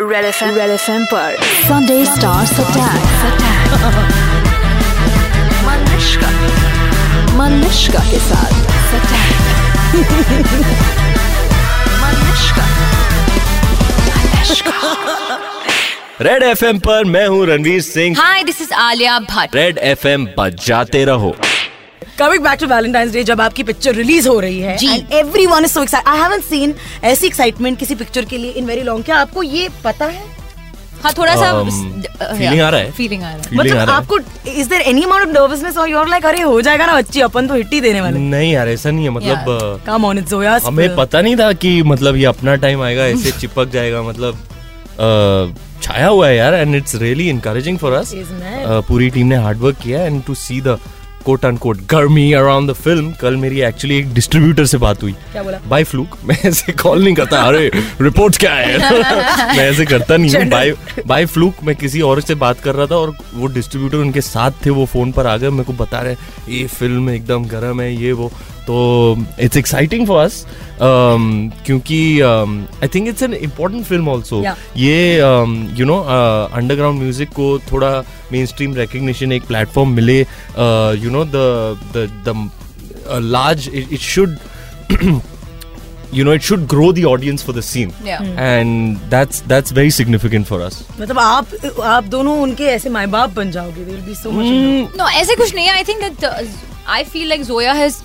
Red F red F M पर Sunday stars attack Manushka Manushka के साथ सटैक मनुष्का रेड एफ पर मैं हूँ Ranveer Singh hi this is Alia Bhatt red F M बजाते रहो coming back to Valentine's day जब आपकी पिक्चर रिलीज हो रही है जी। Every one is so excited I haven't seen ऐसी एक्साइटमेंट किसी पिक्चर के लिए इन वेरी लॉन्ग क्या आपको ये पता है हाँ थोड़ा सा Um, feeling आ रहा है। फीलिंग आ रहा है Feeling आ मतलब रहा है। आपको is there any amount of nervousness or you like अरे हो जाएगा ना अच्छी अपन तो हिट ही देने वाले नहीं यार ऐसा नहीं है मतलब अ, कम ऑन इट्स जोया हमें पता नहीं था कि मतलब ये अपना टाइम आएगा ऐसे चिपक जाएगा मतलब अ, छाया हुआ है यार and it's really encouraging for us Isn't it? पूरी टीम ने हार्डवर्क किया and to see the quote and quote गर्मी अराउंड द फिल्म कल मेरी एक्चुअली एक डिस्ट्रीब्यूटर से बात हुई क्या बोला? बाय फ्लूक मैं ऐसे कॉल नहीं करता अरे रिपोर्ट क्या है मैं ऐसे करता नहीं हूँ बाय बाय फ्लूक मैं किसी और से बात कर रहा था और वो डिस्ट्रीब्यूटर उनके साथ थे वो फोन पर आ गए मेरे को बता रहे हैं, ये फिल्म एकदम गर्म है ये वो तो it's exciting for us um, क्योंकि um, I think it's an important film also Yeah. तो ये um, you know underground music uh, को थोड़ा मेन स्ट्रीम रिकग्निशन एक प्लेटफॉर्म मिले uh, you know the uh, large it should you know it should grow the audience for the scene Yeah. Mm. and that's that's very significant for us मतलब आप आप दोनों उनके ऐसे माए बाप बन जाओगे will be so much no ऐसे कुछ नहीं I think that I feel like Zoya has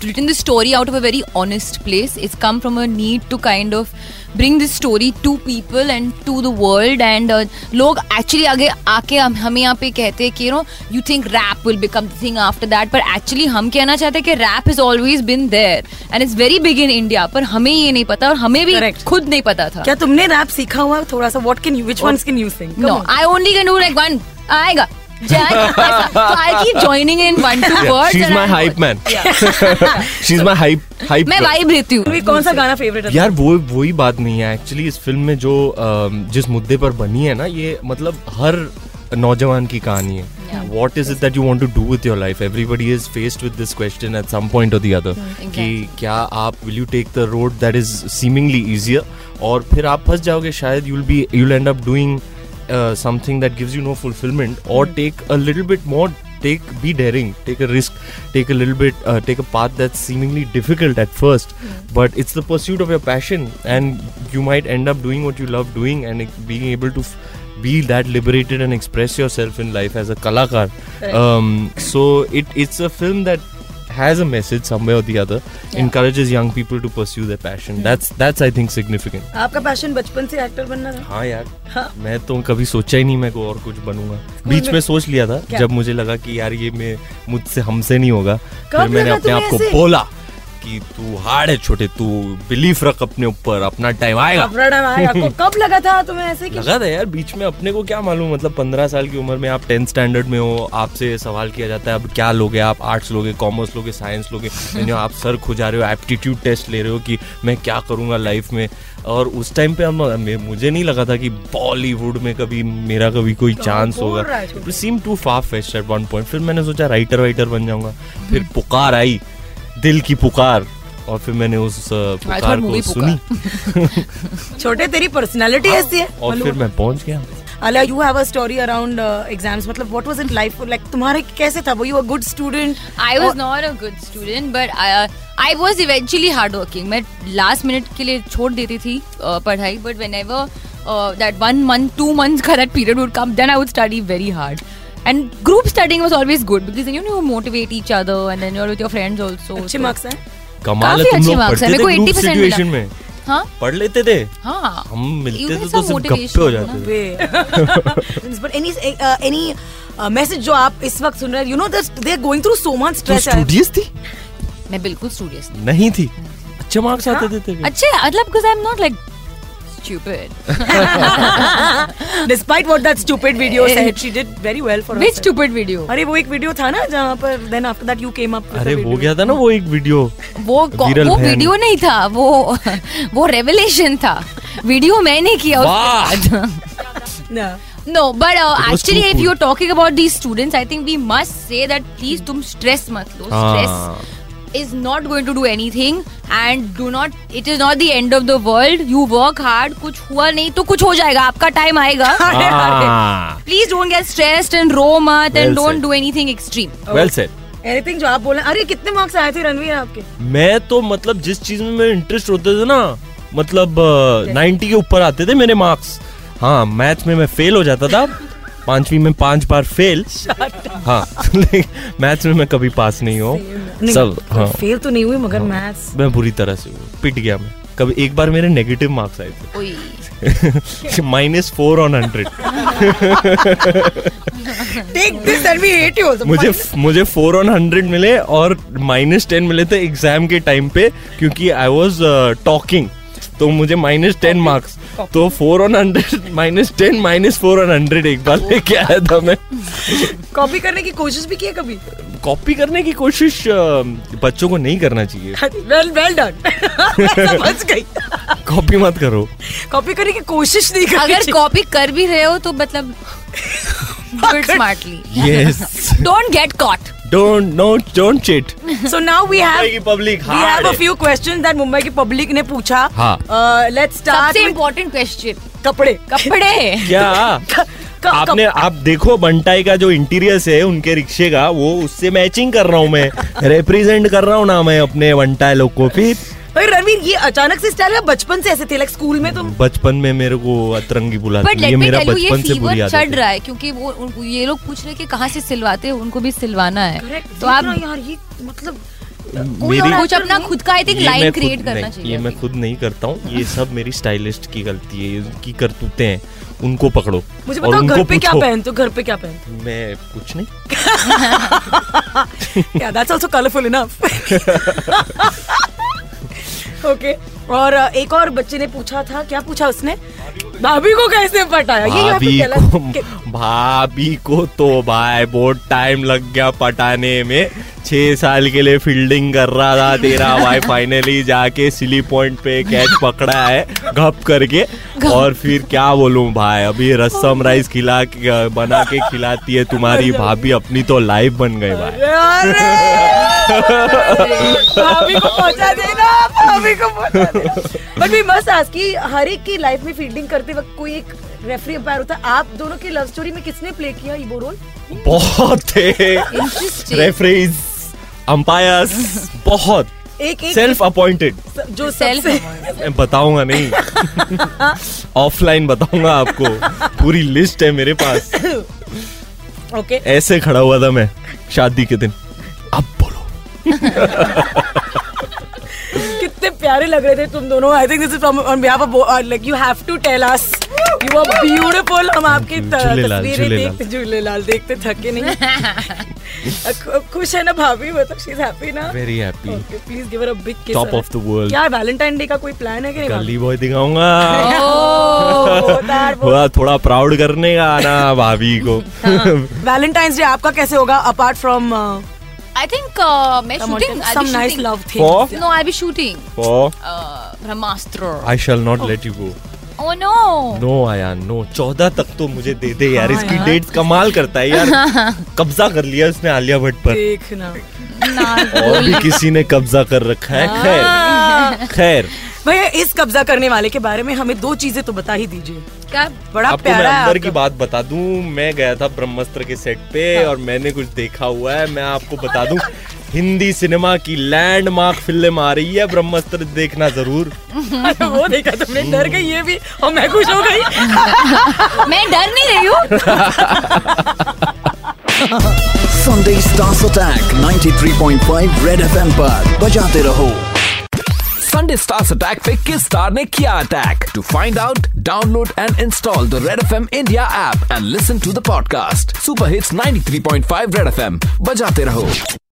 written this story out of a very honest place it's come from a need to kind of bring this story to people and to the world and uh, लोग actually आगे आके हम हमें यहाँ पे कहते हैं कि you know you think rap will become the thing after that पर actually हम कहना चाहते हैं कि rap has always been there and it's very big in India पर हमें ये नहीं पता और हमें भी Correct. खुद नहीं पता था क्या तुमने रैप सीखा हुआ थोड़ा सा what can you which ones can you sing No, I only can do like one. आएगा जाएगा ऐसा. so I'll तो keep joining in one two Yeah, words. she's and my I'll- hype man she's my hype hype मैं girl. vibe लेती हूँ. कौन सा गाना फेवरेट है यार वो वही बात नहीं है एक्चुअली इस फिल्म में जो अम, जिस मुद्दे पर बनी है ना ये मतलब हर नौजवान की कहानी है what is it that you want to do with your life everybody is faced with this question at some point और दी अदर कि क्या आप will you take the road that is seemingly easier और फिर आप फंस जाओगे शायद you will be you end up doing uh, something that gives you no fulfilment और take a little bit more take be daring take a risk take a little bit uh, take a path that's seemingly difficult at first but it's the pursuit of your passion and you might end up doing what you love doing and it- being able to f- be that liberated and express yourself in life as a kalakar um, so it it's a film that has a message somewhere or the other encourages young people to pursue their passion that's that's i think significant आपका passion बचपन से actor बनना था हाँ यार मैं तो कभी सोचा ही नहीं मैं को और कुछ बनूंगा बीच में में- सोच लिया था क्या? जब मुझे लगा कि यार ये मैं मुझसे हमसे नहीं होगा कब फिर मैंने लगा अपने आप तुम्हें को ऐसे? बोला कि तू हार्ड है छोटे तू बिलीफ रख अपने ऊपर अपना टाइम आएगा अब रड़ा भाई आपको कब लगा था तुम्हें ऐसे कि लगा था यार बीच में अपने को क्या मालूम मतलब पंद्रह साल की उम्र में आप टेंथ स्टैंडर्ड में हो आपसे सवाल किया जाता है अब क्या लोगे आप आर्ट्स लोगे कॉमर्स लोगे साइंस लोगे यानी आप सर खुजा रहे हो एप्टीट्यूड टेस्ट ले रहे हो कि मैं क्या करूँगा लाइफ में और उस टाइम पे हम मे- मुझे नहीं लगा था कि बॉलीवुड में कभी मेरा कभी कोई चांस तो बोल रहा होगा है छोटे। Seem to far fest at one point फिर मैंने सोचा राइटर वाइटर बन जाऊंगा फिर हम्म। पुकार आई दिल की पुकार और फिर मैंने उस अ, पुकार को movie सुनी छोटे तेरी पर्सनालिटी ऐसी है हाँ, और फिर मैं पहुंच गया अला you have a story around exams मतलब what was in life like तुम्हारे कैसे था वो you a good student I Oh. was not a good student, but I, uh, I was eventually hardworking. मैं last minute के लिए छोड़ देती थी uh, पढ़ाई, but whenever uh, that one month, two months का that period would come, then I would study very hard. And group studying was always good because then you know you motivate each other and then you're with your friends also. अच्छे so- marks हैं कमाल है काफी तुम अच्छे लोग marks पढ़ते हैं, मेरे थे को ग्रुप 80% सिचुएशन में हाँ पढ़ लेते थे हाँ हम मिलते Even थे it's तो a सिर्फ गप्पे motivation, हो ना? जाते थे but any any message uh, जो आप इस वक्त सुन रहे हैं you know they are going through so much तू स्ट्रेस स्टूडियस थी मैं बिल्कुल स्टूडियस नहीं थी अच्छे मार्क्स आते थे तेरे अच्छे मतलब because I'm not like stupid. Despite what that stupid video Eh. Said she did very well for Which stupid video? अरे वो एक वीडियो था ना जहाँ पर then after that you came up अरे हो गया था ना वो एक वीडियो अच्छा। वो कौ- Viral वो ban. वीडियो नहीं था वो वो रेवलेशन था वीडियो मैंने किया वाह! उसके बाद No, but uh, It was too actually, if cool. you're talking about these students, I think we must say that please तुम stress मत लो. हाँ. Stress is not going to do anything and do not it is not the end of the world you work hard कुछ हुआ नहीं तो कुछ हो जाएगा आपका time आएगा Ah. please don't get stressed and रो मत Well and don't said. do anything extreme well said anything जो आप बोल रहे हैं अरे कितने मार्क्स आए थे रणवीर आपके मैं तो मतलब जिस चीज में मेरे इंटरेस्ट होते थे ना मतलब नाइन्टी के ऊपर आते थे मेरे मार्क्स हाँ मैथ में मैं फेल हो जाता था पांचवी में पांच बार फेल हाँ मैथ्स में मैं कभी पास नहीं हूँ सब हाँ फेल तो नहीं हुई मगर मैथ्स मैं बुरी तरह से हुआ, पिट गया मैं कभी एक बार मेरे नेगेटिव मार्क्स आए ओए थे minus four on hundred take this Ranveer hate you मुझे मुझे फोर ऑन हंड्रेड मिले और माइनस टेन मिले थे एग्जाम के टाइम पे क्योंकि आई वॉज टॉकिंग तो मुझे माइनस टेन मार्क्स तो four on hundred minus ten minus four on hundred एक बार लेके आया था मैं कॉपी करने की कोशिश भी की है कभी कॉपी करने की कोशिश अ, बच्चों को नहीं करना चाहिए वेल वेल डन समझ गई कॉपी मत करो कॉपी करने की कोशिश नहीं कर अगर कॉपी कर भी रहे हो तो मतलब do it smartly yes don't get caught don't no don't cheat so now we have public We have a few questions that Mumbai की public ने पूछा हाँ। Uh, let's start सबसे with इम्पोर्टेंट क्वेश्चन कपड़े कपड़े क्या क- आपने आप देखो बंटाई का जो इंटीरियर्स है उनके रिक्शे का वो उससे मैचिंग कर रहा हूँ मैं रिप्रेजेंट कर रहा हूँ ना मैं अपने बंटाई लोग को फिर कप- भाई रणवीर ये अचानक से स्टाइल है बचपन से ऐसे थे लाइक स्कूल में हम्म। तुम बचपन में मेरे को अतरंगी बट बुलाती लेट ये मी मेरा टेल यू ये बचपन से बुरी फीवर आदत चढ़ है रहा है क्योंकि वो उनको ये लोग पूछ रहे हैं कि कहाँ से सिलवाते हैं उनको भी सिलवाना है Correct, तो देख आप ना यार ये मतलब मेरी- और कुछ actor अपना नहीं। खुद का आई थिंक ये लाइन मैं खुद क्रिएट करना नहीं, चाहिए ये I मैं think. खुद नहीं करता हूँ ये सब मेरी स्टाइलिस्ट की गलती है ये उनकी करतूते हैं उनको पकड़ो मुझे और बताओ उनको घर पे क्या पूछो। पहनते हो घर पे क्या पहनते मैं कुछ नहीं हो या that's also colourful enough okay और uh, एक और बच्चे ने पूछा था क्या पूछा उसने भाभी को कैसे पटाया ये यहाँ पे भाभी गलत- के- को भाभी को तो भाई बहुत टाइम लग गया पटाने में छह साल के लिए फील्डिंग कर रहा था तेरा भाई फाइनली जाके सिली पॉइंट पे कैच पकड़ा है घप करके और फिर क्या बोलूं भाई अभी रसम राइस खिला के- बना के खिलाती है तुम्हारी भाभी अपनी तो लाइफ बन गई भाई भाभी को पहुंचा देना भाभी को पहुंचा देना बट भी मस्त आज की हर एक की लाइफ में फील्डिंग करते वक्त कोई एक रेफरी अंपायर होता है आप दोनों की लव स्टोरी में किसने प्ले किया ये वो रोल बहुत Interesting. रेफरीज अंपायर्स बहुत एक एक सेल्फ अपॉइंटेड स- जो Self सेल्फ मैं बताऊंगा नहीं ऑफलाइन बताऊंगा आपको पूरी लिस्ट है मेरे पास ओके ऐसे खड़ा हुआ था मैं शादी के दिन अब बोलो कितने प्यारे लग रहे थे तुम दोनों I think this is from on behalf of like you have to tell us you are beautiful हम आपकी त- Hmm, झूलेलाल, तस्वीरें झूलेलाल। देखते झूलेलाल देखते थके नहीं खु- खुश है ना भाभी मतलब शी इज हैप्पी ना very happy please give her a big kiss top of the world यार वैलेंटाइन डे का कोई प्लान है कि नहीं Oh, गली बॉय दिखाऊंगा वैलेंटाइन थोड़ा थोड़ा प्राउड करने का आना भाभी को हाँ, डे आपका कैसे होगा apart from I think, uh, मैं shooting, I'll some be nice shooting. Love For? Thing No, I'll be shooting. For Uh, Brahmastra. I shall not let you go Oh no. No आया no चौदह तक तो मुझे दे दे यार हाँ इसकी यार। डेट कमाल करता है यार कब्जा कर लिया उसने आलिया भट्ट पर देखना और भी किसी ने कब्जा कर रखा है खैर हाँ। खैर भैया इस कब्जा करने वाले के बारे में हमें दो चीजें तो बता ही दीजिए क्या बड़ा आपको मैं प्यारा है अंदर की आपका। बात बता दूं मैं गया था ब्रह्मास्त्र के सेट पे हाँ। और मैंने कुछ देखा हुआ है मैं आपको बता दूं हिंदी सिनेमा की लैंडमार्क फिल्म आ रही है ब्रह्मास्त्र देखना जरूर अरे वो देखा तुमने डर गई ये भी और मैं खुश हो गई मैं डर नहीं रही हूँ Sunday Stars Attack 93.5 Red FM पर बजाते रहो संडे स्टार्स अटैक पे किस स्टार ने किया attack to find out download and install the red F M India app and listen to the podcast super hits 93.5 red F M बजाते रहो